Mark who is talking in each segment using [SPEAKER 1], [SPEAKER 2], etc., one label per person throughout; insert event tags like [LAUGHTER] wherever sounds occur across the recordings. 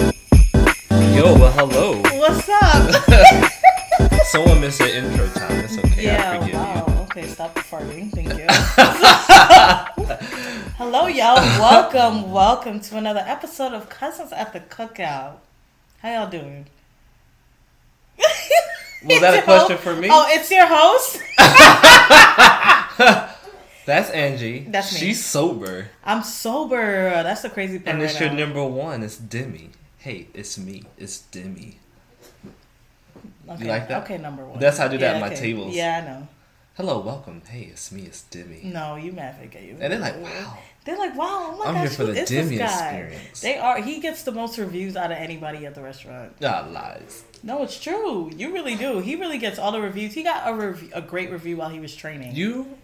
[SPEAKER 1] Yo, well, hello.
[SPEAKER 2] What's up?
[SPEAKER 1] Someone missed the intro time. It's okay. I
[SPEAKER 2] [LAUGHS] yeah,
[SPEAKER 1] forgive
[SPEAKER 2] wow. Okay, stop farting. Thank you. [LAUGHS] Hello, y'all. Welcome, welcome to another episode of Cousins at the Cookout. How y'all doing?
[SPEAKER 1] you.
[SPEAKER 2] [LAUGHS]
[SPEAKER 1] Was that a question for me?
[SPEAKER 2] Oh, it's your host?
[SPEAKER 1] That's Angie.
[SPEAKER 2] That's me.
[SPEAKER 1] She's sober.
[SPEAKER 2] I'm sober. That's the crazy part.
[SPEAKER 1] And
[SPEAKER 2] right
[SPEAKER 1] it's your
[SPEAKER 2] now.
[SPEAKER 1] number one. It's Demi. Hey, it's me. It's Demi.
[SPEAKER 2] Okay.
[SPEAKER 1] like that?
[SPEAKER 2] Okay, number one.
[SPEAKER 1] That's how I do that
[SPEAKER 2] Yeah,
[SPEAKER 1] at my
[SPEAKER 2] okay.
[SPEAKER 1] tables.
[SPEAKER 2] Yeah, I know.
[SPEAKER 1] Hello, welcome. Hey, it's me. It's Demi.
[SPEAKER 2] No, you mad for gay.
[SPEAKER 1] And they're like, wow.
[SPEAKER 2] They're like, wow, oh my
[SPEAKER 1] I'm
[SPEAKER 2] gosh,
[SPEAKER 1] here for
[SPEAKER 2] who
[SPEAKER 1] the
[SPEAKER 2] is this
[SPEAKER 1] Demi
[SPEAKER 2] guy?
[SPEAKER 1] experience.
[SPEAKER 2] They are. He gets the most reviews out of anybody at the restaurant.
[SPEAKER 1] Ah, lies.
[SPEAKER 2] No, it's true. You really do. He really gets all the reviews. He got a rev- a great review while he was training.
[SPEAKER 1] You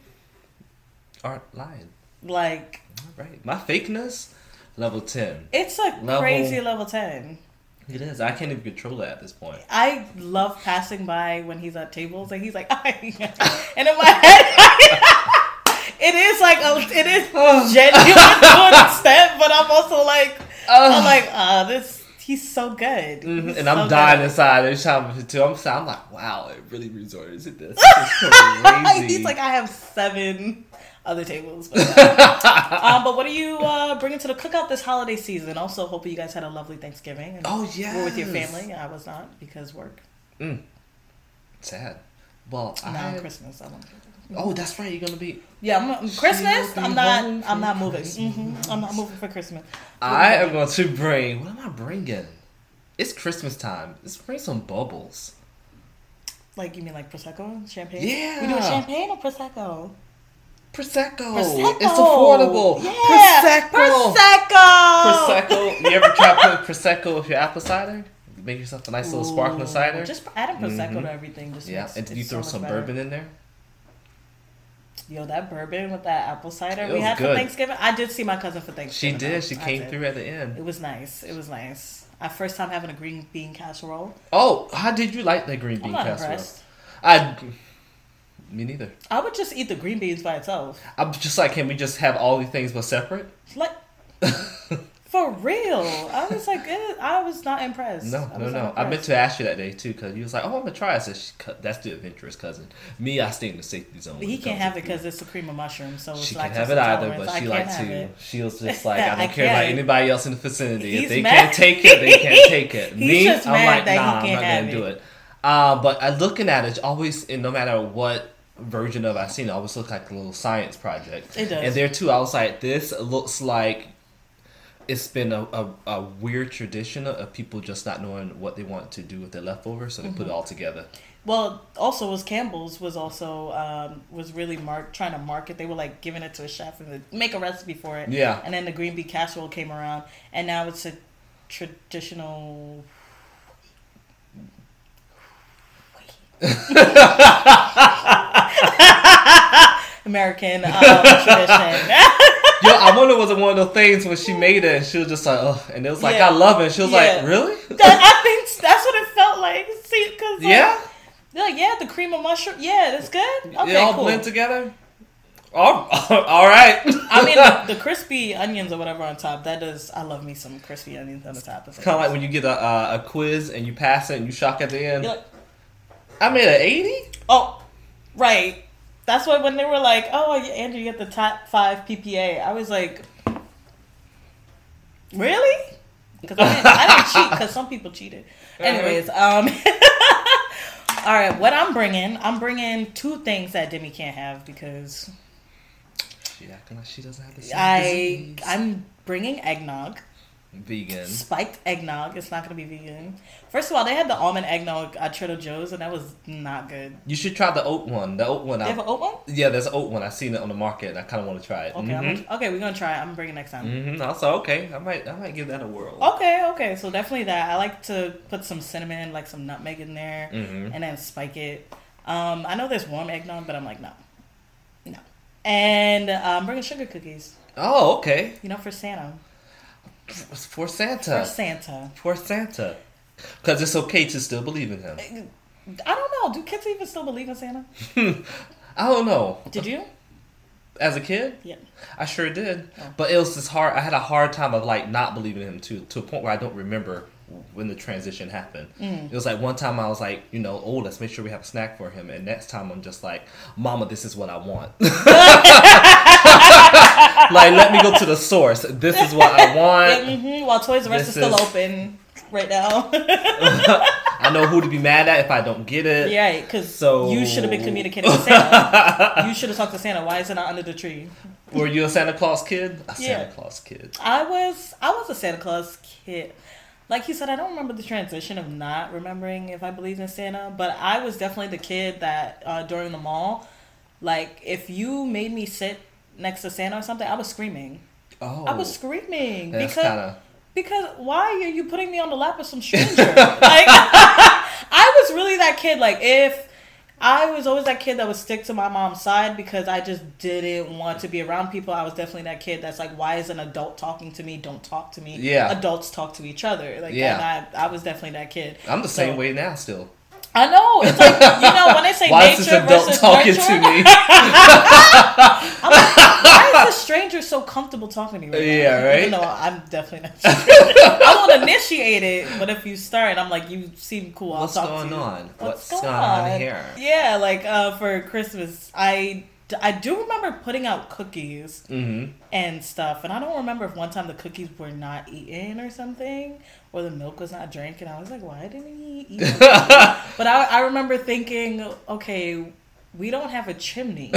[SPEAKER 1] aren't lying.
[SPEAKER 2] like
[SPEAKER 1] All right. My fakeness, level 10.
[SPEAKER 2] it's a
[SPEAKER 1] Level-
[SPEAKER 2] crazy level ten.
[SPEAKER 1] It is. I can't even control that at this point.
[SPEAKER 2] I love passing by when he's at tables and he's like, [LAUGHS] and in my head, [LAUGHS] it is like a, it is genuine to an extent, but I'm also like, I'm like, ah, this. He's so good,
[SPEAKER 1] Mhm,
[SPEAKER 2] He's
[SPEAKER 1] And I'm
[SPEAKER 2] so
[SPEAKER 1] dying
[SPEAKER 2] good.
[SPEAKER 1] inside every time too. I'm, so- I'm like, wow, it really resorted to this.
[SPEAKER 2] [LAUGHS]
[SPEAKER 1] This is crazy.
[SPEAKER 2] He's like, I have seven other tables. But,
[SPEAKER 1] [LAUGHS]
[SPEAKER 2] um, but what are you uh, bringing to the cookout this holiday season? Also, hoping you guys had a lovely Thanksgiving. And
[SPEAKER 1] oh yeah,
[SPEAKER 2] Were with your family? I was not because work.
[SPEAKER 1] Sad. Well,
[SPEAKER 2] Not
[SPEAKER 1] I.
[SPEAKER 2] on Christmas. I'm on-
[SPEAKER 1] Oh, that's right. You're gonna be.
[SPEAKER 2] yeah, I'm, I'm-
[SPEAKER 1] She'll
[SPEAKER 2] Christmas.
[SPEAKER 1] be
[SPEAKER 2] I'm not.
[SPEAKER 1] home for
[SPEAKER 2] I'm not moving. hmm I'm not moving for Christmas.
[SPEAKER 1] I am going to bring. What am I bringing? It's Christmas time. Let's bring some bubbles.
[SPEAKER 2] Like you mean like prosecco, champagne?
[SPEAKER 1] Yeah.
[SPEAKER 2] We doing champagne or prosecco?
[SPEAKER 1] Prosecco.
[SPEAKER 2] prosecco.
[SPEAKER 1] It's affordable.
[SPEAKER 2] Yeah.
[SPEAKER 1] Prosecco.
[SPEAKER 2] Prosecco.
[SPEAKER 1] Prosecco. You ever try putting prosecco with your apple cider? Make yourself a nice little sparkling
[SPEAKER 2] Ooh,
[SPEAKER 1] cider.
[SPEAKER 2] Just adding prosecco
[SPEAKER 1] Mhm.
[SPEAKER 2] to everything. Just
[SPEAKER 1] yeah,
[SPEAKER 2] makes
[SPEAKER 1] and
[SPEAKER 2] it
[SPEAKER 1] you
[SPEAKER 2] so
[SPEAKER 1] throw
[SPEAKER 2] much
[SPEAKER 1] some
[SPEAKER 2] better.
[SPEAKER 1] bourbon in there.
[SPEAKER 2] Yo, that bourbon with that apple cider
[SPEAKER 1] It
[SPEAKER 2] we
[SPEAKER 1] was
[SPEAKER 2] had for
[SPEAKER 1] good.
[SPEAKER 2] Thanksgiving. I did see my cousin for
[SPEAKER 1] She
[SPEAKER 2] Thanksgiving.
[SPEAKER 1] did.
[SPEAKER 2] though.
[SPEAKER 1] She
[SPEAKER 2] I
[SPEAKER 1] came
[SPEAKER 2] did.
[SPEAKER 1] through at the end.
[SPEAKER 2] It was nice. It was nice. My first time having a green bean casserole.
[SPEAKER 1] Oh, how did you like that green
[SPEAKER 2] I'm
[SPEAKER 1] bean
[SPEAKER 2] not
[SPEAKER 1] casserole?
[SPEAKER 2] impressed.
[SPEAKER 1] I, me neither.
[SPEAKER 2] I would just eat the green beans by itself.
[SPEAKER 1] I'm just like, can we just have all these things but separate? [LAUGHS]
[SPEAKER 2] Like for real. I was like, eh, I was not impressed.
[SPEAKER 1] No,
[SPEAKER 2] I
[SPEAKER 1] no,
[SPEAKER 2] was not
[SPEAKER 1] no. I meant
[SPEAKER 2] impressed.
[SPEAKER 1] to ask you that day too, because you was like, "Oh, I'm gonna try." I said, she, cu- "That's the adventurous cousin." Me, I stay in the safety zone. when
[SPEAKER 2] He
[SPEAKER 1] comes
[SPEAKER 2] can't
[SPEAKER 1] to
[SPEAKER 2] have it
[SPEAKER 1] food.
[SPEAKER 2] because it's a cream of mushroom, so it's
[SPEAKER 1] she
[SPEAKER 2] like
[SPEAKER 1] can't have it either, but she like to. She was
[SPEAKER 2] [LAUGHS]
[SPEAKER 1] just like, "I
[SPEAKER 2] I
[SPEAKER 1] don't care about
[SPEAKER 2] can't.
[SPEAKER 1] anybody else in the vicinity.
[SPEAKER 2] He's
[SPEAKER 1] if they
[SPEAKER 2] mad.
[SPEAKER 1] can't take it, they
[SPEAKER 2] [LAUGHS]
[SPEAKER 1] can't take it."
[SPEAKER 2] He's
[SPEAKER 1] Me,
[SPEAKER 2] just
[SPEAKER 1] I'm
[SPEAKER 2] mad
[SPEAKER 1] like,
[SPEAKER 2] that he
[SPEAKER 1] "Nah, I'm
[SPEAKER 2] can't
[SPEAKER 1] not
[SPEAKER 2] have
[SPEAKER 1] gonna do it." Uh, but I, looking at it, always, and no matter what version of I've seen, it always looks like a little science project.
[SPEAKER 2] It does.
[SPEAKER 1] And there too, I was like, "This looks like." It's been a, a, a weird tradition of people just not knowing what they want to do with their leftovers, so they
[SPEAKER 2] Mm-hmm.
[SPEAKER 1] put it all together.
[SPEAKER 2] Well, also was Campbell's was also um, was really mark trying to market. They were like giving it to a chef and they'd make a recipe for it.
[SPEAKER 1] Yeah.
[SPEAKER 2] And then the green bean casserole came around, and now it's a
[SPEAKER 1] [LAUGHS]
[SPEAKER 2] traditional. American
[SPEAKER 1] [LAUGHS]
[SPEAKER 2] um, tradition.
[SPEAKER 1] Yo, I wonder was it one of those things when she made it and she was just like, oh, and it was like,
[SPEAKER 2] Yeah.
[SPEAKER 1] I love it. And she was
[SPEAKER 2] Yeah.
[SPEAKER 1] like, really?
[SPEAKER 2] I think that's what it felt like. See, because
[SPEAKER 1] yeah?
[SPEAKER 2] like, yeah, the cream of mushroom. Yeah, that's good. Okay,
[SPEAKER 1] it all
[SPEAKER 2] cool.
[SPEAKER 1] blend together. Oh, all [LAUGHS] right. [LAUGHS]
[SPEAKER 2] I mean, the, the crispy onions or whatever on top. That does. I love me some crispy onions on the top. That's
[SPEAKER 1] kind of like when you get a uh, a quiz and you pass it and you shock at the end.
[SPEAKER 2] You're like,
[SPEAKER 1] I made an eighty.
[SPEAKER 2] oh, right. That's why when they were like, "Oh, you- Andrew, you got the top five PPA," I was like, "Really?" Because I, didn't- I didn't cheat. Because some people cheated. Anyways, um, [LAUGHS] all right. What I'm bringing, I'm bringing two things that Demi can't have because
[SPEAKER 1] She acting like she doesn't have the same
[SPEAKER 2] I
[SPEAKER 1] disease.
[SPEAKER 2] I'm bringing eggnog.
[SPEAKER 1] vegan.
[SPEAKER 2] spiked eggnog. It's not gonna be vegan. First of all, they had the almond eggnog at Trader Joe's, and that was not good.
[SPEAKER 1] You should try the oat one. The oat one.
[SPEAKER 2] They
[SPEAKER 1] I,
[SPEAKER 2] have an oat one. Okay,
[SPEAKER 1] yeah, there's an oat one. I seen it on the market and I kind of want to try it.
[SPEAKER 2] I'm
[SPEAKER 1] Mhm.
[SPEAKER 2] gonna- okay, we're gonna try. it. I'm gonna bring it next time.
[SPEAKER 1] Mhm. I was like, okay, I might, I might give that a whirl.
[SPEAKER 2] Okay, okay. So definitely that. I like to put some cinnamon, like some nutmeg in there,
[SPEAKER 1] Mhm.
[SPEAKER 2] and then spike it. Um, I know there's warm eggnog, but I'm like no, no. And uh, I'm bringing sugar cookies.
[SPEAKER 1] Oh, okay.
[SPEAKER 2] You know, for Santa.
[SPEAKER 1] It's for Santa.
[SPEAKER 2] For Santa.
[SPEAKER 1] for Santa. Because it's okay to still believe in him.
[SPEAKER 2] I don't know. Do kids even still believe in Santa?
[SPEAKER 1] I don't know.
[SPEAKER 2] Did you?
[SPEAKER 1] As a kid,
[SPEAKER 2] Yeah.
[SPEAKER 1] I sure did.
[SPEAKER 2] Oh.
[SPEAKER 1] But it was just hard. I had a hard time of like not believing in him too, to a point where I don't remember when the transition happened.
[SPEAKER 2] Mm.
[SPEAKER 1] It was like one time I was like, you know, oh, let's make sure we have a snack for him, and next time I'm just like, Mama, this is what I want. [LAUGHS] like, let me go to the source. This is what I want.
[SPEAKER 2] hmm While Toys R Us is,
[SPEAKER 1] This
[SPEAKER 2] still
[SPEAKER 1] is-
[SPEAKER 2] open right now. [LAUGHS]
[SPEAKER 1] I know who to be mad at if I don't get it.
[SPEAKER 2] yeah, because
[SPEAKER 1] So-
[SPEAKER 2] you should have
[SPEAKER 1] [LAUGHS]
[SPEAKER 2] been communicating with Santa. you should have talked to Santa. Why is it not under the tree?
[SPEAKER 1] Were you a Santa Claus kid? A
[SPEAKER 2] Yeah.
[SPEAKER 1] Santa Claus kid.
[SPEAKER 2] I was I was a Santa Claus kid. Like you said, I don't remember the transition of not remembering if I believed in Santa, but I was definitely the kid that uh, during the mall, like if you made me sit next to Santa or something, I was screaming.
[SPEAKER 1] Oh,
[SPEAKER 2] I was screaming
[SPEAKER 1] that's
[SPEAKER 2] because
[SPEAKER 1] kind of
[SPEAKER 2] because why are you putting me on the lap
[SPEAKER 1] [LAUGHS]
[SPEAKER 2] of some stranger? like [LAUGHS] I was really that kid. Like if I was always that kid that would stick to my mom's side because I just didn't want to be around people. I was definitely that kid that's like, why is an adult talking to me? Don't talk to me.
[SPEAKER 1] Yeah.
[SPEAKER 2] adults talk to each other. Like
[SPEAKER 1] Yeah.
[SPEAKER 2] and I, I was definitely that kid.
[SPEAKER 1] I'm the
[SPEAKER 2] So-
[SPEAKER 1] same way now still.
[SPEAKER 2] I know. It's like you know when they
[SPEAKER 1] [LAUGHS]
[SPEAKER 2] say
[SPEAKER 1] Why is
[SPEAKER 2] nature
[SPEAKER 1] this adult
[SPEAKER 2] versus
[SPEAKER 1] talking
[SPEAKER 2] nurture.
[SPEAKER 1] to me?
[SPEAKER 2] I'm like, why
[SPEAKER 1] [LAUGHS]
[SPEAKER 2] is the stranger so comfortable talking to me right now?
[SPEAKER 1] Yeah, right?
[SPEAKER 2] Even though I'm definitely not. I won't initiate it, but if you start, I'm like, you seem cool. I'll
[SPEAKER 1] What's
[SPEAKER 2] talk to
[SPEAKER 1] going
[SPEAKER 2] you.
[SPEAKER 1] on? What's going on here?
[SPEAKER 2] Yeah, like uh, for Christmas, I, I do remember putting out cookies [LAUGHS]
[SPEAKER 1] Mm-hmm.
[SPEAKER 2] and stuff, and I don't remember if one time the cookies were not eaten or something, or the milk was not drank, and I was like, why didn't he eat? the
[SPEAKER 1] Mm-hmm.
[SPEAKER 2] cookie? but I, I remember thinking, okay. We don't have
[SPEAKER 1] [LAUGHS]
[SPEAKER 2] a chimney.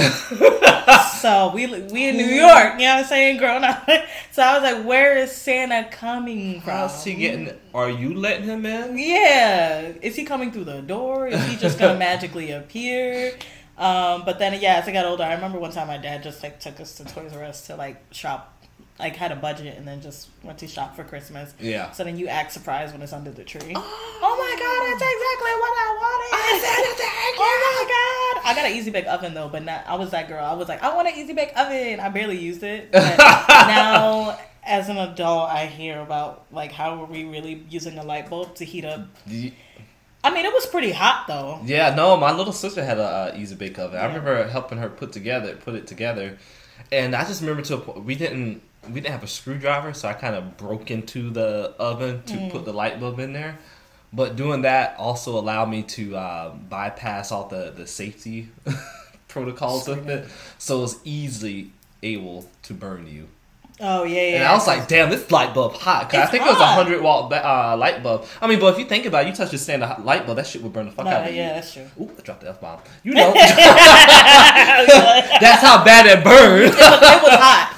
[SPEAKER 2] So we we in New York, you know what I'm saying, growing up. [LAUGHS] So I was like, where is Santa coming from?
[SPEAKER 1] How's he getting? Are you letting him in?
[SPEAKER 2] Yeah, is he coming through the door? Is he
[SPEAKER 1] [LAUGHS]
[SPEAKER 2] just gonna magically appear? Um, but then yeah, as I got older, I remember one time my dad just like took us to Toys R Us to like shop, like had a budget and then just went to shop for Christmas.
[SPEAKER 1] Yeah.
[SPEAKER 2] So then you act surprised when it's under the tree. [GASPS] Oh, my god, that's exactly what I wanted. oh my god, I got an Easy Bake Oven though, but not. I was that girl. I was like, I want an Easy Bake Oven. I barely used it.
[SPEAKER 1] [LAUGHS]
[SPEAKER 2] But now, as an adult, I hear about like how were we really using a light bulb to heat up.
[SPEAKER 1] Y-
[SPEAKER 2] I mean, it was pretty hot though.
[SPEAKER 1] Yeah, no. My little sister had a uh, easy bake oven.
[SPEAKER 2] Yeah.
[SPEAKER 1] I remember helping her put together, put it together, and I just remember to a po- we didn't we didn't have a screwdriver, so I kind of broke into the oven to
[SPEAKER 2] Mm.
[SPEAKER 1] put the light bulb in there. But doing that also allowed me to uh, bypass all the the safety [LAUGHS] protocols with it, so it was easily able to burn you.
[SPEAKER 2] Oh yeah, yeah.
[SPEAKER 1] And I was like, damn, this light bulb hot. 'Cause I
[SPEAKER 2] It's
[SPEAKER 1] think it was a
[SPEAKER 2] hot.
[SPEAKER 1] 100 watt ba- uh, light bulb. I mean, but if you think about it, you touch the standard hot light bulb, that shit would burn the fuck
[SPEAKER 2] No,
[SPEAKER 1] out of
[SPEAKER 2] yeah,
[SPEAKER 1] you.
[SPEAKER 2] that's true. [LAUGHS]
[SPEAKER 1] Ooh, I dropped the F bomb. You know. [LAUGHS] That's how bad it burned.
[SPEAKER 2] it was hot.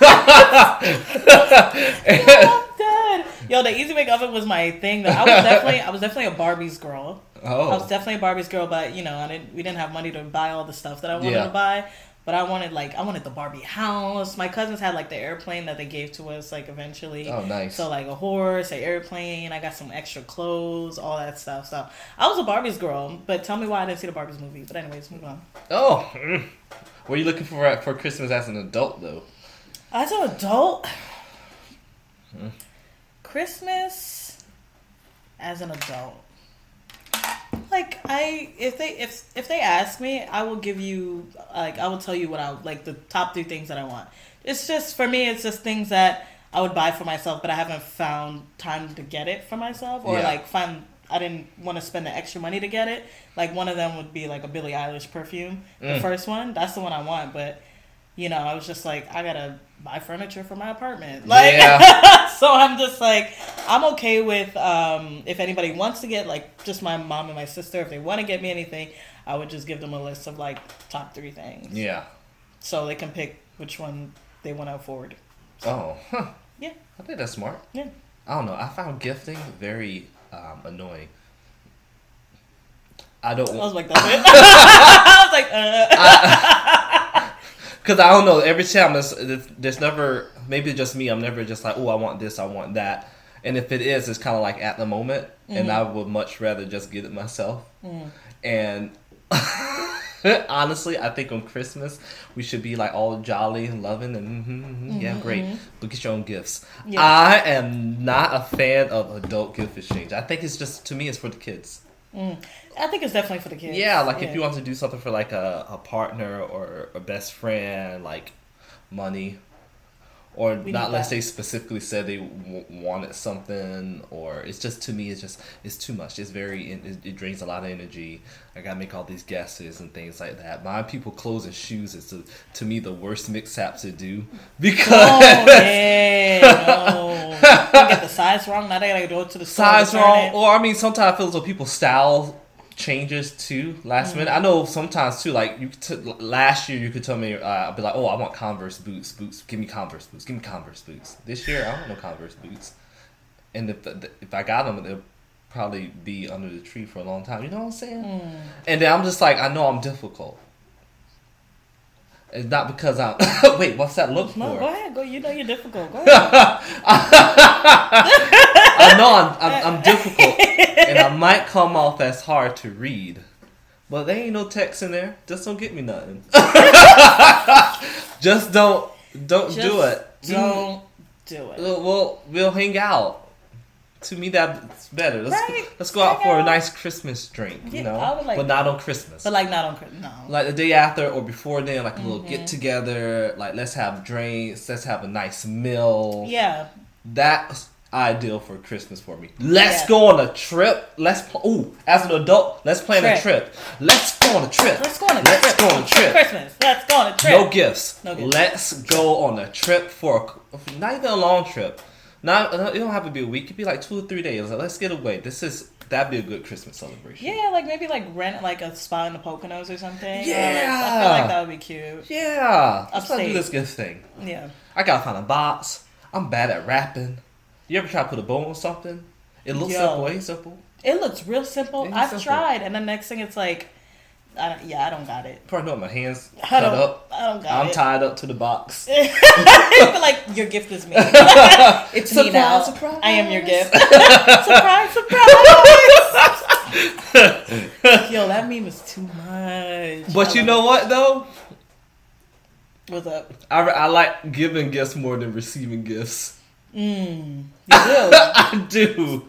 [SPEAKER 1] [LAUGHS]
[SPEAKER 2] I'm dead. Yo, the Easy Bake Oven was my thing. Though. I was definitely, I was definitely a Barbie's girl. I was
[SPEAKER 1] oh.
[SPEAKER 2] definitely a Barbie's girl, but you know, I didn't. We didn't have money to buy all the stuff that I wanted
[SPEAKER 1] Yeah.
[SPEAKER 2] to buy. But I wanted like I wanted the Barbie house. My cousins had like the airplane that they gave to us like eventually.
[SPEAKER 1] Oh, nice.
[SPEAKER 2] So like a horse, an airplane. I got some extra clothes, all that stuff. So I was a Barbie's girl. But tell me why I didn't see the Barbies movie. But anyways, move on.
[SPEAKER 1] Oh. mm. What are you looking for uh, for Christmas as an adult, though?
[SPEAKER 2] As an adult, Christmas as an adult. Like I, if they if if they ask me, I will give you like I will tell you what I like the top three things that I want. It's just for me, it's just things that I would buy for myself, but I haven't found time to get it for myself, or
[SPEAKER 1] Yeah.
[SPEAKER 2] like find I didn't want to spend the extra money to get it. Like one of them would be like a Billie Eilish perfume, the first one. That's the one I want, but you know, I was just like, I gotta buy furniture for my apartment. [LAUGHS] Like,
[SPEAKER 1] Yeah.
[SPEAKER 2] so I'm just like, I'm okay with um, if anybody wants to get like just my mom and my sister, if they want to get me anything, I would just give them a list of like top three things,
[SPEAKER 1] Yeah.
[SPEAKER 2] so they can pick which one they want to afford.
[SPEAKER 1] Oh. Huh.
[SPEAKER 2] Yeah,
[SPEAKER 1] I think that's smart.
[SPEAKER 2] yeah.
[SPEAKER 1] I don't know. I found gifting very um, annoying. I don't
[SPEAKER 2] I
[SPEAKER 1] want.
[SPEAKER 2] was like, that's
[SPEAKER 1] [LAUGHS]
[SPEAKER 2] it. [LAUGHS] I was like, uh.
[SPEAKER 1] Because I don't know. Every time it's, it's- there's never maybe it's just me. I'm never just like, oh, I want this, I want that. And if it is, it's kind of like at the moment, and I would much rather just get it myself. And [LAUGHS] honestly, I think on Christmas we should be like all jolly and loving and mm-hmm, yeah, great. But get your own gifts.
[SPEAKER 2] Yeah.
[SPEAKER 1] I am not a fan of adult gift exchange. I think it's just to me, it's for the kids.
[SPEAKER 2] I think it's definitely for the kids.
[SPEAKER 1] Yeah, like if you want to do something for like a, a partner or a best friend, like money, or
[SPEAKER 2] We
[SPEAKER 1] not
[SPEAKER 2] need
[SPEAKER 1] unless
[SPEAKER 2] that.
[SPEAKER 1] they specifically said they w- wanted something, or it's just to me, it's just it's too much. It's very it, it drains a lot of energy. I gotta make all these guesses and things like that. My people clothes and shoes is to, to me the worst mix-up to do [LAUGHS]
[SPEAKER 2] Oh
[SPEAKER 1] because
[SPEAKER 2] yeah, no. I get the size wrong. Now they gotta go to the store to
[SPEAKER 1] size
[SPEAKER 2] turn
[SPEAKER 1] wrong, Oh,
[SPEAKER 2] it.
[SPEAKER 1] or I mean, sometimes I feel as though people's style changes too last
[SPEAKER 2] Mm-hmm.
[SPEAKER 1] minute. I know sometimes too, like you could t- last year, you could tell me, uh, I'd be like, oh, I want Converse boots, boots, give me Converse boots, give me Converse boots. This year, I don't know Converse boots, and if if I got them, they'll probably be under the tree for a long time. You know what I'm saying?
[SPEAKER 2] Mm.
[SPEAKER 1] And then I'm just like, I know I'm difficult. It's not because I'm. [LAUGHS] Wait, what's that look for?
[SPEAKER 2] No, go ahead. Go. You know
[SPEAKER 1] [LAUGHS]
[SPEAKER 2] you're difficult. Go ahead.
[SPEAKER 1] I know I'm, I'm, I'm difficult, and I might come off as hard to read, but there ain't no text in there. Just don't get me nothing. [LAUGHS] Just don't don't
[SPEAKER 2] Just
[SPEAKER 1] do it.
[SPEAKER 2] Don't do it.
[SPEAKER 1] We'll, we'll we'll hang out. To me, that's better. Let's
[SPEAKER 2] Right.
[SPEAKER 1] let's go out
[SPEAKER 2] Hang
[SPEAKER 1] for a
[SPEAKER 2] out.
[SPEAKER 1] nice Christmas drink, you
[SPEAKER 2] Yeah,
[SPEAKER 1] know,
[SPEAKER 2] I would like
[SPEAKER 1] but not on Christmas.
[SPEAKER 2] But Mm-hmm. like not on Christmas. No.
[SPEAKER 1] Like the day after or before then, like a little get together. Like let's have drinks. Let's have a nice meal.
[SPEAKER 2] yeah.
[SPEAKER 1] That's ideal for Christmas for me. Let's
[SPEAKER 2] Yeah.
[SPEAKER 1] go on a trip. Let's pl- ooh, as an adult, let's plan a
[SPEAKER 2] Trip.
[SPEAKER 1] trip. Let's go on a trip.
[SPEAKER 2] Let's go on a
[SPEAKER 1] Let's
[SPEAKER 2] trip.
[SPEAKER 1] go on a trip.
[SPEAKER 2] Christmas. Let's go on a trip.
[SPEAKER 1] No gifts.
[SPEAKER 2] No gifts.
[SPEAKER 1] Let's go on a trip for a, not even a long trip. Not it don't have to be a week. It could be like two or three days. Like, let's get away. This is that'd be a good Christmas celebration.
[SPEAKER 2] Yeah, like maybe like rent like a spa in the Poconos or something.
[SPEAKER 1] Yeah.
[SPEAKER 2] Or, like, I feel like that would be cute.
[SPEAKER 1] Yeah. Let's not do
[SPEAKER 2] Upstate.
[SPEAKER 1] this gift thing.
[SPEAKER 2] Yeah.
[SPEAKER 1] I gotta find a box. I'm bad at wrapping. You ever try to put a bow on something? It looks
[SPEAKER 2] Yo.
[SPEAKER 1] simple, ain't simple.
[SPEAKER 2] It looks real simple.
[SPEAKER 1] It's
[SPEAKER 2] I've
[SPEAKER 1] simple.
[SPEAKER 2] tried, and the next thing it's like, I don't, yeah, I don't got it.
[SPEAKER 1] Probably know my hands
[SPEAKER 2] I
[SPEAKER 1] cut
[SPEAKER 2] don't.
[SPEAKER 1] up.
[SPEAKER 2] I don't got
[SPEAKER 1] I'm
[SPEAKER 2] [LAUGHS] it.
[SPEAKER 1] tied up to the box.
[SPEAKER 2] I feel like your gift
[SPEAKER 1] [LAUGHS]
[SPEAKER 2] is me. it's me
[SPEAKER 1] Surprise,
[SPEAKER 2] now.
[SPEAKER 1] surprise.
[SPEAKER 2] I am your gift. [LAUGHS] surprise, surprise. Yo, that meme is too much.
[SPEAKER 1] But you know what though,
[SPEAKER 2] what's up?
[SPEAKER 1] I, I like giving gifts more than receiving gifts. [LAUGHS]
[SPEAKER 2] Mm, you do.
[SPEAKER 1] I do.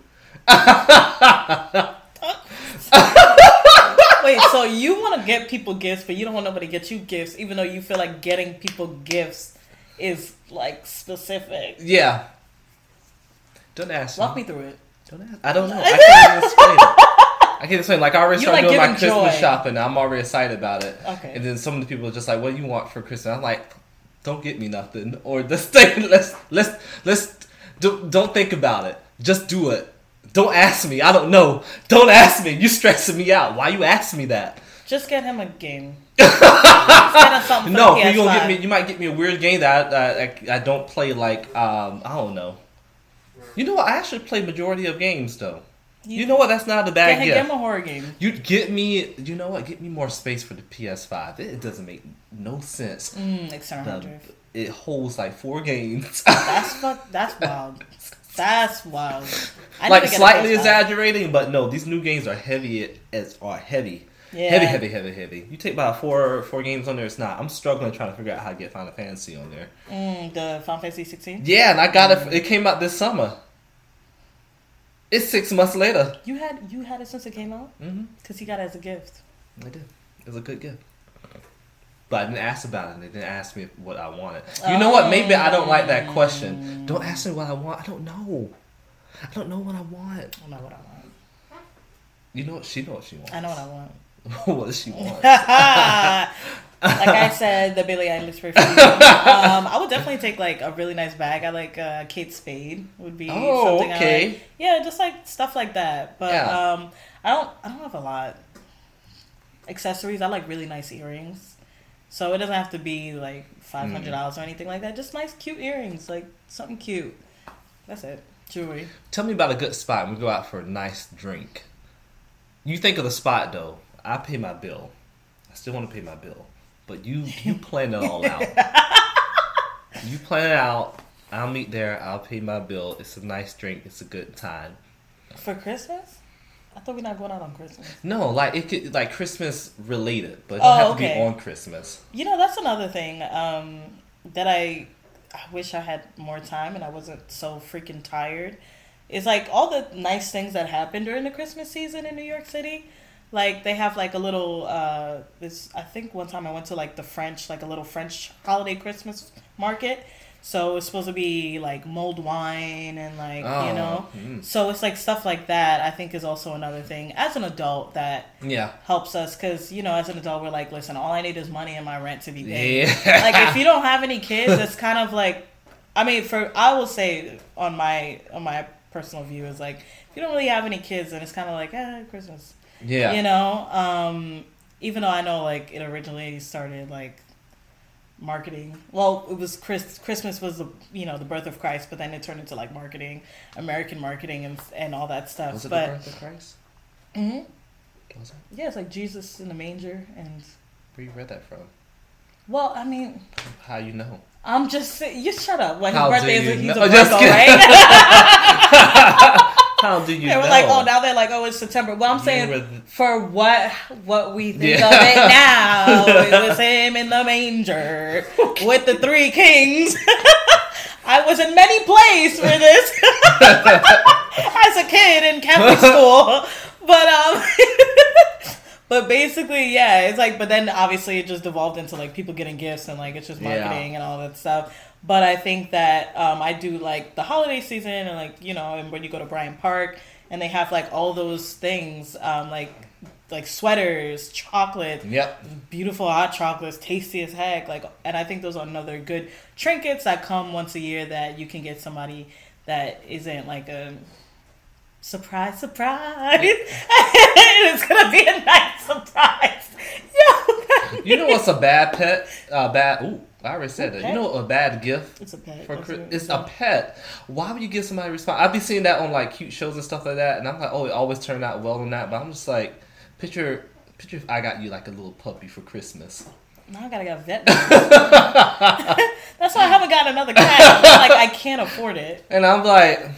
[SPEAKER 2] Wait, so you want to get people gifts, but you don't want nobody to get you gifts, even though you feel like getting people gifts is like specific.
[SPEAKER 1] Yeah. Don't ask.
[SPEAKER 2] Walk
[SPEAKER 1] me.
[SPEAKER 2] me through it.
[SPEAKER 1] Don't ask. I don't know. I can't even explain. It. I can't explain. Like I already
[SPEAKER 2] You
[SPEAKER 1] started
[SPEAKER 2] like
[SPEAKER 1] doing my
[SPEAKER 2] giving
[SPEAKER 1] Christmas
[SPEAKER 2] joy.
[SPEAKER 1] shopping. I'm already excited about it.
[SPEAKER 2] Okay.
[SPEAKER 1] And then some of the people are just like, "What do you want for Christmas?" I'm like, "Don't get me nothing." Or [LAUGHS] this thing. Let's let's let's do, don't think about it. Just do it. Don't ask me. I don't know. Don't ask me. You stressing me out. Why you ask me that?
[SPEAKER 2] Just get him
[SPEAKER 1] [LAUGHS]
[SPEAKER 2] a game. Just get him something for
[SPEAKER 1] No,
[SPEAKER 2] the
[SPEAKER 1] you gonna
[SPEAKER 2] PS5.
[SPEAKER 1] get me. You might get me a weird game that I, I, I don't play. Like um, I don't know. You know what? I actually play majority of games though. You,
[SPEAKER 2] You-
[SPEAKER 1] know what? That's not a
[SPEAKER 2] Get
[SPEAKER 1] bad
[SPEAKER 2] him,
[SPEAKER 1] gift.
[SPEAKER 2] get him a horror game.
[SPEAKER 1] You get me. You know what? Get me more space for the PS5. It, it doesn't make no sense.
[SPEAKER 2] Mm, external hard
[SPEAKER 1] The,
[SPEAKER 2] drive.
[SPEAKER 1] it holds like four games. [LAUGHS]
[SPEAKER 2] That's fuck. That's wild. That's wild. I
[SPEAKER 1] like
[SPEAKER 2] need to get a
[SPEAKER 1] slightly
[SPEAKER 2] PS5.
[SPEAKER 1] exaggerating, but no, these new games are heavy as are heavy.
[SPEAKER 2] Yeah.
[SPEAKER 1] Heavy, heavy, heavy, heavy. You take about four four games on there, it's not. I'm struggling trying to figure out how to get Final Fantasy on there.
[SPEAKER 2] Mm, the Final Fantasy 16.
[SPEAKER 1] Yeah, and I got it. It came out this summer. It's six months later.
[SPEAKER 2] You had you had it since it came out
[SPEAKER 1] Mm-hmm.
[SPEAKER 2] because he got it as a gift.
[SPEAKER 1] I did. It was a good gift. But I didn't ask about it. and They didn't ask me what I wanted. You know what? Maybe I don't like that question. Don't ask me what I want. I don't know. I don't know what I want.
[SPEAKER 2] I don't know what I want.
[SPEAKER 1] You know what? She knows what she wants. [LAUGHS]
[SPEAKER 2] I know what I want.
[SPEAKER 1] what does she want?
[SPEAKER 2] [LAUGHS] like I said, the Billie Eilish perfume. Um, I would definitely take like a really nice bag. I like uh, Kate Spade would be.
[SPEAKER 1] Oh,
[SPEAKER 2] something I
[SPEAKER 1] okay.
[SPEAKER 2] like. Yeah, just like stuff like that. But
[SPEAKER 1] Yeah.
[SPEAKER 2] um, I don't. I don't have a lot. Accessories. I like really nice earrings. So it doesn't have to be like five hundred
[SPEAKER 1] Hmm.
[SPEAKER 2] dollars or anything like that. Just nice, cute earrings. Like something cute. That's it. Jewelry.
[SPEAKER 1] Tell me about a good spot. and We go out for a nice drink. You think of the spot though. I pay my bill. I still want to pay my bill, but you you plan it all out. you plan it out. I'll meet there. I'll pay my bill. It's a nice drink. It's a good time.
[SPEAKER 2] For Christmas. I thought we were not going out on Christmas.
[SPEAKER 1] No, like it could like Christmas related, but it
[SPEAKER 2] Oh,
[SPEAKER 1] don't have to be
[SPEAKER 2] okay.
[SPEAKER 1] on Christmas.
[SPEAKER 2] You know, that's another thing um, that I, I wish I had more time and I wasn't so freaking tired. Is like all the nice things that happen during the Christmas season in New York City. Like they have like a little uh, this. I think one time I went to like the French, like a little French holiday Christmas market. So it's supposed to be like mulled wine and like
[SPEAKER 1] Oh,
[SPEAKER 2] you know.
[SPEAKER 1] mm.
[SPEAKER 2] So it's like stuff like that. I think is also another thing as an adult that
[SPEAKER 1] Yeah.
[SPEAKER 2] helps us because you know as an adult we're like, listen, all I need is money and my rent to be paid
[SPEAKER 1] Yeah. [LAUGHS]
[SPEAKER 2] like if you don't have any kids, it's kind of like, I mean, for I will say on my on my personal view is like if you don't really have any kids, then it's kind of like eh, Christmas,
[SPEAKER 1] yeah.
[SPEAKER 2] you know. Um, even though I know like it originally started like marketing. Well, it was Chris, Christmas was the you know the birth of Christ, but then it turned into like marketing, American marketing and and all that stuff.
[SPEAKER 1] Was it
[SPEAKER 2] but
[SPEAKER 1] the birth of Christ?
[SPEAKER 2] Mhm.
[SPEAKER 1] Was it?
[SPEAKER 2] yeah, it's like Jesus in the manger and
[SPEAKER 1] Where you read that from?
[SPEAKER 2] well, I mean.
[SPEAKER 1] How you know?
[SPEAKER 2] I'm just say- you shut up. Well, his
[SPEAKER 1] How do
[SPEAKER 2] birthday is
[SPEAKER 1] you
[SPEAKER 2] a, he's
[SPEAKER 1] know? [LAUGHS]
[SPEAKER 2] a
[SPEAKER 1] Just
[SPEAKER 2] Virgo,
[SPEAKER 1] kidding.
[SPEAKER 2] right? [LAUGHS]
[SPEAKER 1] How do you
[SPEAKER 2] they
[SPEAKER 1] know?
[SPEAKER 2] were like, oh, now they're like, oh, it's September. Well, I'm
[SPEAKER 1] You
[SPEAKER 2] saying
[SPEAKER 1] were the- [LAUGHS]
[SPEAKER 2] for what what we think
[SPEAKER 1] Yeah.
[SPEAKER 2] of it now, it
[SPEAKER 1] [LAUGHS]
[SPEAKER 2] was him in the manger with the three kings. [LAUGHS] I was in many plays for this [LAUGHS] as a kid in Catholic school, but um. [LAUGHS] But basically, yeah, it's like, but then obviously it just devolved into like people getting gifts and like it's just
[SPEAKER 1] Yeah.
[SPEAKER 2] marketing and all that stuff. But I think that um, I do like the holiday season and like you know, and when you go to Bryant Park and they have like all those things, um, like like sweaters, chocolate,
[SPEAKER 1] Yep.
[SPEAKER 2] beautiful hot chocolates, tasty as heck. Like, and I think those are another good trinkets that come once a year that you can get somebody that isn't like a surprise, surprise. [LAUGHS] it's gonna be a nice surprise. [LAUGHS] Yo,
[SPEAKER 1] You know what's a bad pet? Uh, bad. Ooh, I already said that. You
[SPEAKER 2] Pet?
[SPEAKER 1] know a bad gift
[SPEAKER 2] it's a pet.
[SPEAKER 1] for
[SPEAKER 2] that's
[SPEAKER 1] Chris?
[SPEAKER 2] what
[SPEAKER 1] It's a pet. Why would you give somebody a response? I've been seeing that on like cute shows and stuff like that, and I'm like, oh, it always turned out well on that. But I'm just like, picture, picture if I got you like a little puppy for Christmas.
[SPEAKER 2] Now I gotta get a vet. [LAUGHS] That's why I haven't got another cat. I'm like I can't afford it.
[SPEAKER 1] And I'm like,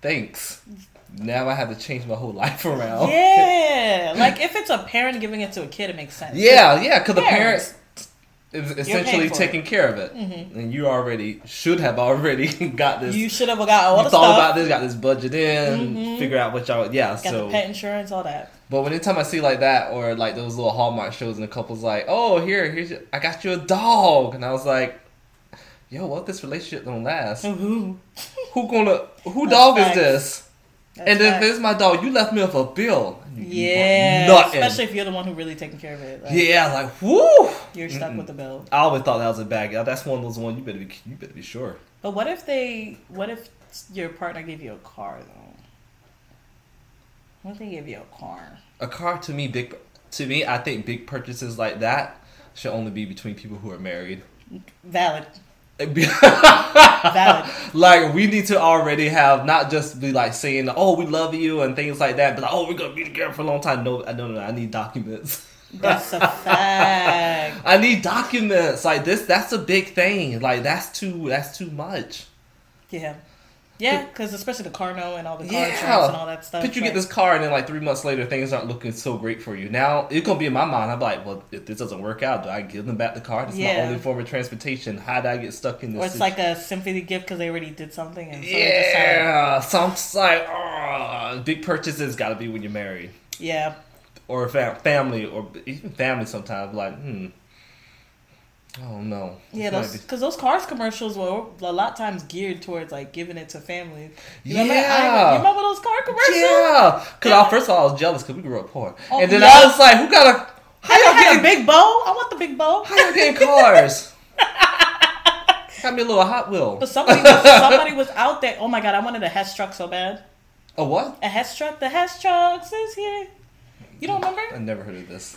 [SPEAKER 1] thanks. Now I have to change my whole [LAUGHS] life around.
[SPEAKER 2] Yeah, like if it's a parent giving it to a kid, it makes sense.
[SPEAKER 1] Yeah, yeah, because the
[SPEAKER 2] Parents.
[SPEAKER 1] parents is
[SPEAKER 2] paying
[SPEAKER 1] essentially
[SPEAKER 2] for Mm-hmm.
[SPEAKER 1] taking care of it, and you already should have already [LAUGHS] got this.
[SPEAKER 2] you
[SPEAKER 1] You,
[SPEAKER 2] should have got all
[SPEAKER 1] thought
[SPEAKER 2] the stuff. Mm-hmm.
[SPEAKER 1] about this, got this budget in, figure out what y'all. Yeah,
[SPEAKER 2] got
[SPEAKER 1] so.
[SPEAKER 2] the pet insurance, all that.
[SPEAKER 1] But when anytime I see like that or like those little Hallmark shows and the couple's like, "Oh, here, here's your, I got you a dog," and I was like, "Yo, what if this relationship don't last? who gonna who dog
[SPEAKER 2] facts.
[SPEAKER 1] is this?" and if it's my dog, you left me with a bill. You want
[SPEAKER 2] yeah,
[SPEAKER 1] nothing.
[SPEAKER 2] especially if you're the one who really taking care of it. Like,
[SPEAKER 1] yeah, like whoo.
[SPEAKER 2] you're stuck with the bill.
[SPEAKER 1] I always thought that was a bad guy. That's one of those ones you better be you better be sure.
[SPEAKER 2] But what if they? What if your partner gave you a car though? What if they give you a car?
[SPEAKER 1] A car to me, big to me, I think big purchases like that should only be between people who are married. [LAUGHS]
[SPEAKER 2] Valid,
[SPEAKER 1] It'd be- [LAUGHS]
[SPEAKER 2] valid.
[SPEAKER 1] like we need to already have not just be like saying, "Oh, we love you" and things like that, but like, "Oh, we're gonna be together for a long time." No, I no, no, I need documents. [LAUGHS]
[SPEAKER 2] That's a fact.
[SPEAKER 1] I need documents like this. That's a big thing. Like that's too that's too much.
[SPEAKER 2] Yeah, yeah, because especially the car note and all the car insurance and all
[SPEAKER 1] Yeah.
[SPEAKER 2] that stuff.
[SPEAKER 1] Could you get
[SPEAKER 2] like-
[SPEAKER 1] this car and then like three months later things aren't looking so great for you? Now it's gonna be in my mind. I'm like, well, if this doesn't work out, do I give them back the car? This is
[SPEAKER 2] Yeah.
[SPEAKER 1] my only form of transportation. How did I get stuck in this?
[SPEAKER 2] Or it's
[SPEAKER 1] situ-
[SPEAKER 2] like a sympathy gift because they already did something. And so they decided-
[SPEAKER 1] yeah. So I'm just like, oh, big purchases got to be when you're married
[SPEAKER 2] yeah.
[SPEAKER 1] or fam- family or even family. Sometimes like, hmm, I don't know. This
[SPEAKER 2] Yeah,
[SPEAKER 1] might
[SPEAKER 2] those [LAUGHS]
[SPEAKER 1] be-
[SPEAKER 2] because those cars commercials were a lot of times geared towards like giving it to families. You
[SPEAKER 1] yeah.
[SPEAKER 2] remember, I, you remember those car commercials?
[SPEAKER 1] Yeah, because first of all, I was jealous because we grew up poor,
[SPEAKER 2] Oh,
[SPEAKER 1] and then
[SPEAKER 2] yeah.
[SPEAKER 1] I was like, "Who got a? How
[SPEAKER 2] I
[SPEAKER 1] y'all
[SPEAKER 2] got
[SPEAKER 1] getting
[SPEAKER 2] the big bow. I want the big bow.
[SPEAKER 1] How you getting cars? [LAUGHS] Got me a little Hot Wheel.
[SPEAKER 2] But somebody was, somebody was out there. Oh my god, I wanted a Hess truck so bad.
[SPEAKER 1] A what?
[SPEAKER 2] A Hess truck. The Hess trucks is here. You don't
[SPEAKER 1] I
[SPEAKER 2] remember?
[SPEAKER 1] never heard of this.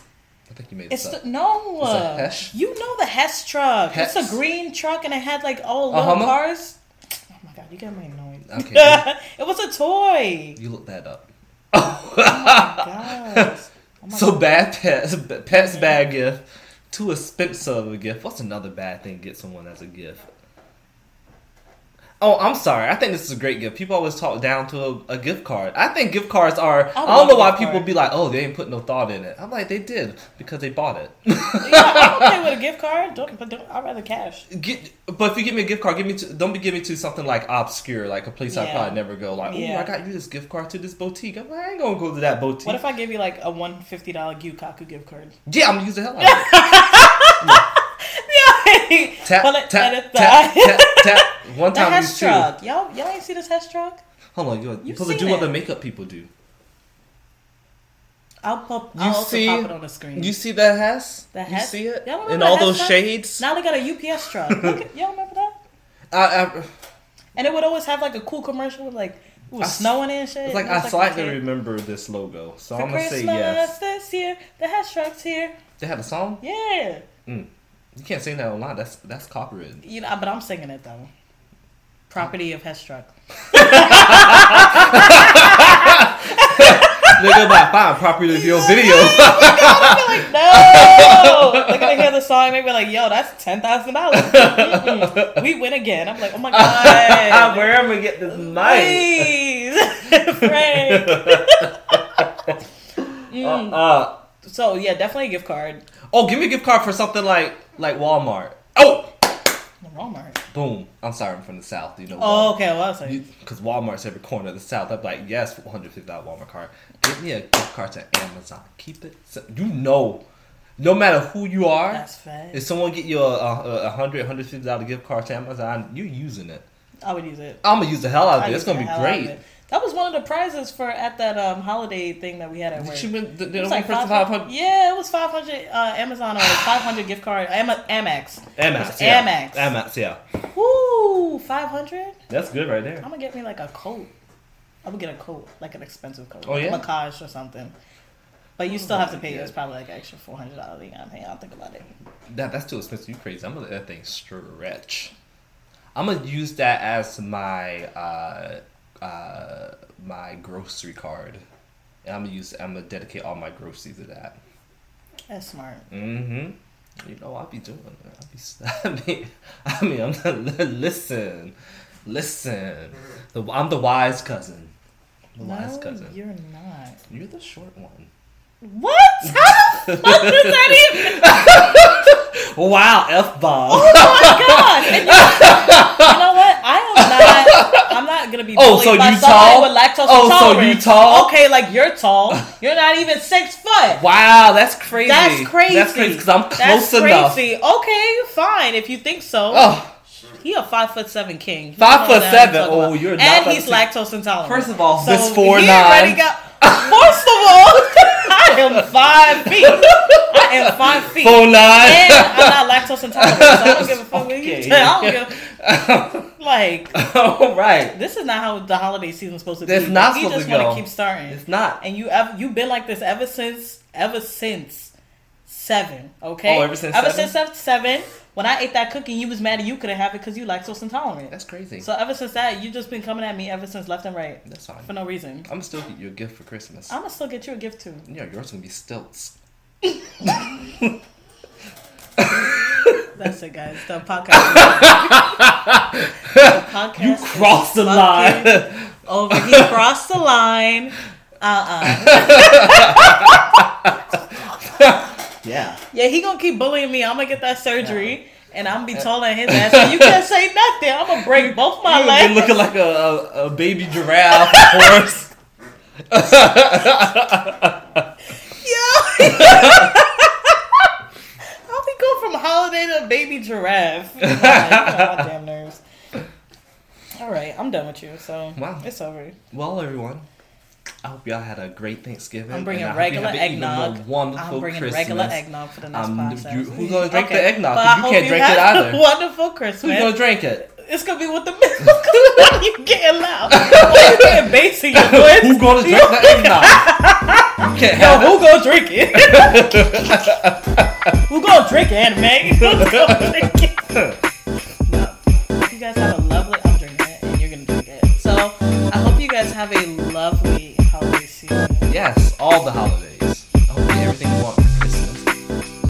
[SPEAKER 1] I think you made
[SPEAKER 2] It's
[SPEAKER 1] this up.
[SPEAKER 2] the, no.
[SPEAKER 1] It's a Hess?
[SPEAKER 2] You know the Hess truck. It's
[SPEAKER 1] Hess?
[SPEAKER 2] a green truck, and it had like
[SPEAKER 1] A
[SPEAKER 2] all little
[SPEAKER 1] Hummer?
[SPEAKER 2] cars. Oh my god, you got me annoyed.
[SPEAKER 1] okay,
[SPEAKER 2] [LAUGHS] it was a
[SPEAKER 1] [LAUGHS]
[SPEAKER 2] toy.
[SPEAKER 1] you, you look that up.
[SPEAKER 2] God. Oh my
[SPEAKER 1] so bad pets, pets bad gift, too expensive of a gift. What's another bad thing? to Get someone as a gift. Oh, I'm sorry. I think this is a great gift. People always talk down to a, a gift card. I think gift cards are. I,
[SPEAKER 2] love
[SPEAKER 1] don't know
[SPEAKER 2] a
[SPEAKER 1] why
[SPEAKER 2] gift
[SPEAKER 1] people
[SPEAKER 2] card.
[SPEAKER 1] be like, "Oh, they ain't put no thought in it." I'm like, they did because they bought it. [LAUGHS]
[SPEAKER 2] yeah, I'm okay with a gift card. Don't, but don't, I'd rather cash.
[SPEAKER 1] Get, but if you give me a gift card, give me to, don't be give me to something like obscure, like a place I
[SPEAKER 2] Yeah.
[SPEAKER 1] probably never go. Like,
[SPEAKER 2] Yeah.
[SPEAKER 1] oh, I got you this gift card to this boutique. I'm like, I ain't gonna go to that boutique.
[SPEAKER 2] What if I give you like a one fifty dollar Gyukaku gift card? [LAUGHS]
[SPEAKER 1] yeah, I'm gonna use the hell out of it.
[SPEAKER 2] Yeah, like,
[SPEAKER 1] Tap,
[SPEAKER 2] pull it,
[SPEAKER 1] tap,
[SPEAKER 2] let it
[SPEAKER 1] tap,
[SPEAKER 2] slide.
[SPEAKER 1] tap, tap.
[SPEAKER 2] [LAUGHS]
[SPEAKER 1] One
[SPEAKER 2] The
[SPEAKER 1] time we
[SPEAKER 2] Hess
[SPEAKER 1] two.
[SPEAKER 2] truck. Y'all, y'all ain't see this Hess truck?
[SPEAKER 1] Hold on, you're, you're
[SPEAKER 2] You've
[SPEAKER 1] supposed to
[SPEAKER 2] seen
[SPEAKER 1] do what
[SPEAKER 2] it.
[SPEAKER 1] the makeup people do.
[SPEAKER 2] I'll pop.
[SPEAKER 1] You
[SPEAKER 2] I'll also
[SPEAKER 1] see-
[SPEAKER 2] pop it on the screen.
[SPEAKER 1] You see that Hess?
[SPEAKER 2] The
[SPEAKER 1] You
[SPEAKER 2] Hess-
[SPEAKER 1] see it?
[SPEAKER 2] Y'all remember
[SPEAKER 1] In
[SPEAKER 2] the
[SPEAKER 1] all
[SPEAKER 2] Hess
[SPEAKER 1] those
[SPEAKER 2] truck?
[SPEAKER 1] shades?
[SPEAKER 2] now they got a UPS
[SPEAKER 1] [LAUGHS]
[SPEAKER 2] truck. Look at, y'all remember that?
[SPEAKER 1] I, I,
[SPEAKER 2] And it would always have like a cool commercial with like it was
[SPEAKER 1] I s-
[SPEAKER 2] snowing and shit.
[SPEAKER 1] it's like,
[SPEAKER 2] and it
[SPEAKER 1] I
[SPEAKER 2] was,
[SPEAKER 1] slightly
[SPEAKER 2] okay.
[SPEAKER 1] remember this logo, so
[SPEAKER 2] For
[SPEAKER 1] I'm going to say
[SPEAKER 2] Christmas
[SPEAKER 1] yes.
[SPEAKER 2] this year, the hash truck's here.
[SPEAKER 1] They had a song?
[SPEAKER 2] Yeah,
[SPEAKER 1] You can't sing that online. That's that's copyrighted.
[SPEAKER 2] you know, but I'm singing it though. Property of hash truck.
[SPEAKER 1] They're going to buy fine property of your
[SPEAKER 2] [LAUGHS]
[SPEAKER 1] video.
[SPEAKER 2] Like no, they're gonna hear the song. They be like, "Yo, that's ten thousand dollars. We win again." I'm like, "Oh my
[SPEAKER 1] [LAUGHS] [LAUGHS]
[SPEAKER 2] god,
[SPEAKER 1] Where am I going to get this mic?
[SPEAKER 2] please, [LAUGHS] Frank." Mm.
[SPEAKER 1] Uh, uh,
[SPEAKER 2] So yeah, definitely a gift card.
[SPEAKER 1] oh, give me a gift card for something like like Walmart. Oh!
[SPEAKER 2] Walmart.
[SPEAKER 1] Boom. I'm sorry, I'm from the South. You know
[SPEAKER 2] Oh, okay. Well, I was like,
[SPEAKER 1] because Walmart's every corner of the South. I'd be like, yes, one hundred fifty dollar Walmart card. Give me a gift card to Amazon. Keep it. si- You know, no matter who you are,
[SPEAKER 2] That's fact.
[SPEAKER 1] if someone get you a, a, a hundred, hundred fifty dollar gift card to Amazon, you're using it.
[SPEAKER 2] I would use it.
[SPEAKER 1] I'm gonna use the hell out
[SPEAKER 2] I
[SPEAKER 1] of it. It's
[SPEAKER 2] used
[SPEAKER 1] Oh, gonna
[SPEAKER 2] the
[SPEAKER 1] be
[SPEAKER 2] hell out of
[SPEAKER 1] great.
[SPEAKER 2] it. That was one of the prizes for at that um, holiday thing that we had at
[SPEAKER 1] Did
[SPEAKER 2] work.
[SPEAKER 1] she win the,
[SPEAKER 2] It
[SPEAKER 1] the
[SPEAKER 2] was
[SPEAKER 1] one
[SPEAKER 2] like
[SPEAKER 1] person
[SPEAKER 2] 500
[SPEAKER 1] five hundred?
[SPEAKER 2] Yeah, it was five hundred uh, Amazon or five hundred gift card Am- Amex. It
[SPEAKER 1] Amex,
[SPEAKER 2] was
[SPEAKER 1] yeah.
[SPEAKER 2] Amex.
[SPEAKER 1] Amex, yeah.
[SPEAKER 2] Woo, five hundred.
[SPEAKER 1] That's good right there.
[SPEAKER 2] I'm gonna get me like a coat. I'm gonna get a coat, like an expensive coat,
[SPEAKER 1] Oh,
[SPEAKER 2] like
[SPEAKER 1] yeah? Oh,
[SPEAKER 2] Lacoste or something. But you still have to pay.
[SPEAKER 1] yeah.
[SPEAKER 2] It's probably like an extra four hundred dollars you gotta pay. I'll think about it.
[SPEAKER 1] That, that's too expensive. You crazy. I'm gonna let that thing stretch. I'm gonna use that as my uh, uh, my grocery card, and I'm gonna use. I'm gonna dedicate all my groceries to that.
[SPEAKER 2] That's smart.
[SPEAKER 1] Mm-hmm. You know, I'll be doing. it. I'll be. s- [LAUGHS] I mean, I mean, I'm the, [LAUGHS] listen, listen. The, I'm the wise cousin. The wise
[SPEAKER 2] no,
[SPEAKER 1] cousin. You're,
[SPEAKER 2] you're not.
[SPEAKER 1] the short one. [LAUGHS]
[SPEAKER 2] What? How the fuck does that even?
[SPEAKER 1] Wow, f bomb.
[SPEAKER 2] Oh my god! And you, you know what? I am not. I'm not gonna be.
[SPEAKER 1] Oh,
[SPEAKER 2] bullied
[SPEAKER 1] so
[SPEAKER 2] by
[SPEAKER 1] you
[SPEAKER 2] somebody
[SPEAKER 1] tall?
[SPEAKER 2] With lactose
[SPEAKER 1] Oh, so you
[SPEAKER 2] intolerance.
[SPEAKER 1] tall?
[SPEAKER 2] Okay, like you're tall. You're not even six foot.
[SPEAKER 1] Wow, that's crazy.
[SPEAKER 2] That's crazy.
[SPEAKER 1] That's crazy because I'm
[SPEAKER 2] That's
[SPEAKER 1] close enough.
[SPEAKER 2] crazy. Okay, fine if you think so.
[SPEAKER 1] Oh,
[SPEAKER 2] He a five foot seven king. He
[SPEAKER 1] Five foot
[SPEAKER 2] knows that I'm
[SPEAKER 1] seven.
[SPEAKER 2] talking
[SPEAKER 1] Oh,
[SPEAKER 2] about.
[SPEAKER 1] you're not
[SPEAKER 2] and
[SPEAKER 1] about
[SPEAKER 2] he's
[SPEAKER 1] to-
[SPEAKER 2] lactose intolerant.
[SPEAKER 1] First of all,
[SPEAKER 2] so
[SPEAKER 1] this four
[SPEAKER 2] he
[SPEAKER 1] nine.
[SPEAKER 2] already got. [LAUGHS] First of all, I am five feet. I am five feet.
[SPEAKER 1] full nine.
[SPEAKER 2] And I'm not lactose intolerant, so I don't give a fuck what you
[SPEAKER 1] Okay.
[SPEAKER 2] say. I don't give
[SPEAKER 1] [LAUGHS]
[SPEAKER 2] like
[SPEAKER 1] All right.
[SPEAKER 2] this is not how the holiday season's supposed to be.
[SPEAKER 1] That's not
[SPEAKER 2] you
[SPEAKER 1] supposed
[SPEAKER 2] just
[SPEAKER 1] to
[SPEAKER 2] want
[SPEAKER 1] go.
[SPEAKER 2] to keep starting.
[SPEAKER 1] It's not.
[SPEAKER 2] And you ever you've been like this ever since ever since seven. Okay.
[SPEAKER 1] Oh, ever since
[SPEAKER 2] ever
[SPEAKER 1] seven?
[SPEAKER 2] since seven. When I ate that cookie, you was mad that you couldn't have it because you lactose intolerant.
[SPEAKER 1] That's crazy.
[SPEAKER 2] So ever since that, you just been coming at me ever since left and right
[SPEAKER 1] That's fine.
[SPEAKER 2] for no reason.
[SPEAKER 1] I'm still get you a gift for Christmas.
[SPEAKER 2] I'm gonna still get you a gift too.
[SPEAKER 1] yeah, yours gonna be stilts.
[SPEAKER 2] That's it, guys. The podcast.
[SPEAKER 1] [LAUGHS]
[SPEAKER 2] the podcast.
[SPEAKER 1] You
[SPEAKER 2] is
[SPEAKER 1] crossed the
[SPEAKER 2] fucking
[SPEAKER 1] line.
[SPEAKER 2] Over. He crossed the line. Uh-uh.
[SPEAKER 1] yeah.
[SPEAKER 2] [LAUGHS] Yeah, he gonna keep bullying me. I'm gonna get that surgery, and I'm gonna be taller than his ass. And you can't say nothing. I'm gonna break both my
[SPEAKER 1] You've been
[SPEAKER 2] legs.
[SPEAKER 1] looking like a, a, a baby giraffe horse.
[SPEAKER 2] Yo. How we go from holiday to baby
[SPEAKER 1] [LAUGHS]
[SPEAKER 2] giraffe? Come on, you got my damn nerves. All right, I'm done with you. So
[SPEAKER 1] Wow.
[SPEAKER 2] it's over.
[SPEAKER 1] [LAUGHS] Well, everyone, I hope y'all had a great Thanksgiving.
[SPEAKER 2] I'm bringing
[SPEAKER 1] and I hope
[SPEAKER 2] regular
[SPEAKER 1] you have an even more
[SPEAKER 2] eggnog.
[SPEAKER 1] Wonderful
[SPEAKER 2] I'm bringing
[SPEAKER 1] Christmas.
[SPEAKER 2] regular eggnog for the next
[SPEAKER 1] Um,
[SPEAKER 2] podcast.
[SPEAKER 1] you- who's gonna drink the eggnog?
[SPEAKER 2] But I
[SPEAKER 1] You
[SPEAKER 2] hope
[SPEAKER 1] can't drink it
[SPEAKER 2] have
[SPEAKER 1] either.
[SPEAKER 2] a [LAUGHS] Wonderful
[SPEAKER 1] Who's
[SPEAKER 2] Christmas.
[SPEAKER 1] gonna drink it?
[SPEAKER 2] It's gonna be with the [LAUGHS] milk. Why you getting loud? Why you getting bass
[SPEAKER 1] [LAUGHS]
[SPEAKER 2] in your voice?
[SPEAKER 1] Who's gonna drink the eggnog?
[SPEAKER 2] [LAUGHS]
[SPEAKER 1] you can't
[SPEAKER 2] Yo,
[SPEAKER 1] have it.
[SPEAKER 2] who gonna drink [LAUGHS] it? who gonna drink it, [LAUGHS] man? Who's gonna drink it? You guys have a lovely. I'm drinking it, and you're gonna drink it. So I hope you guys have a lovely holiday season.
[SPEAKER 1] Yes, all the holidays.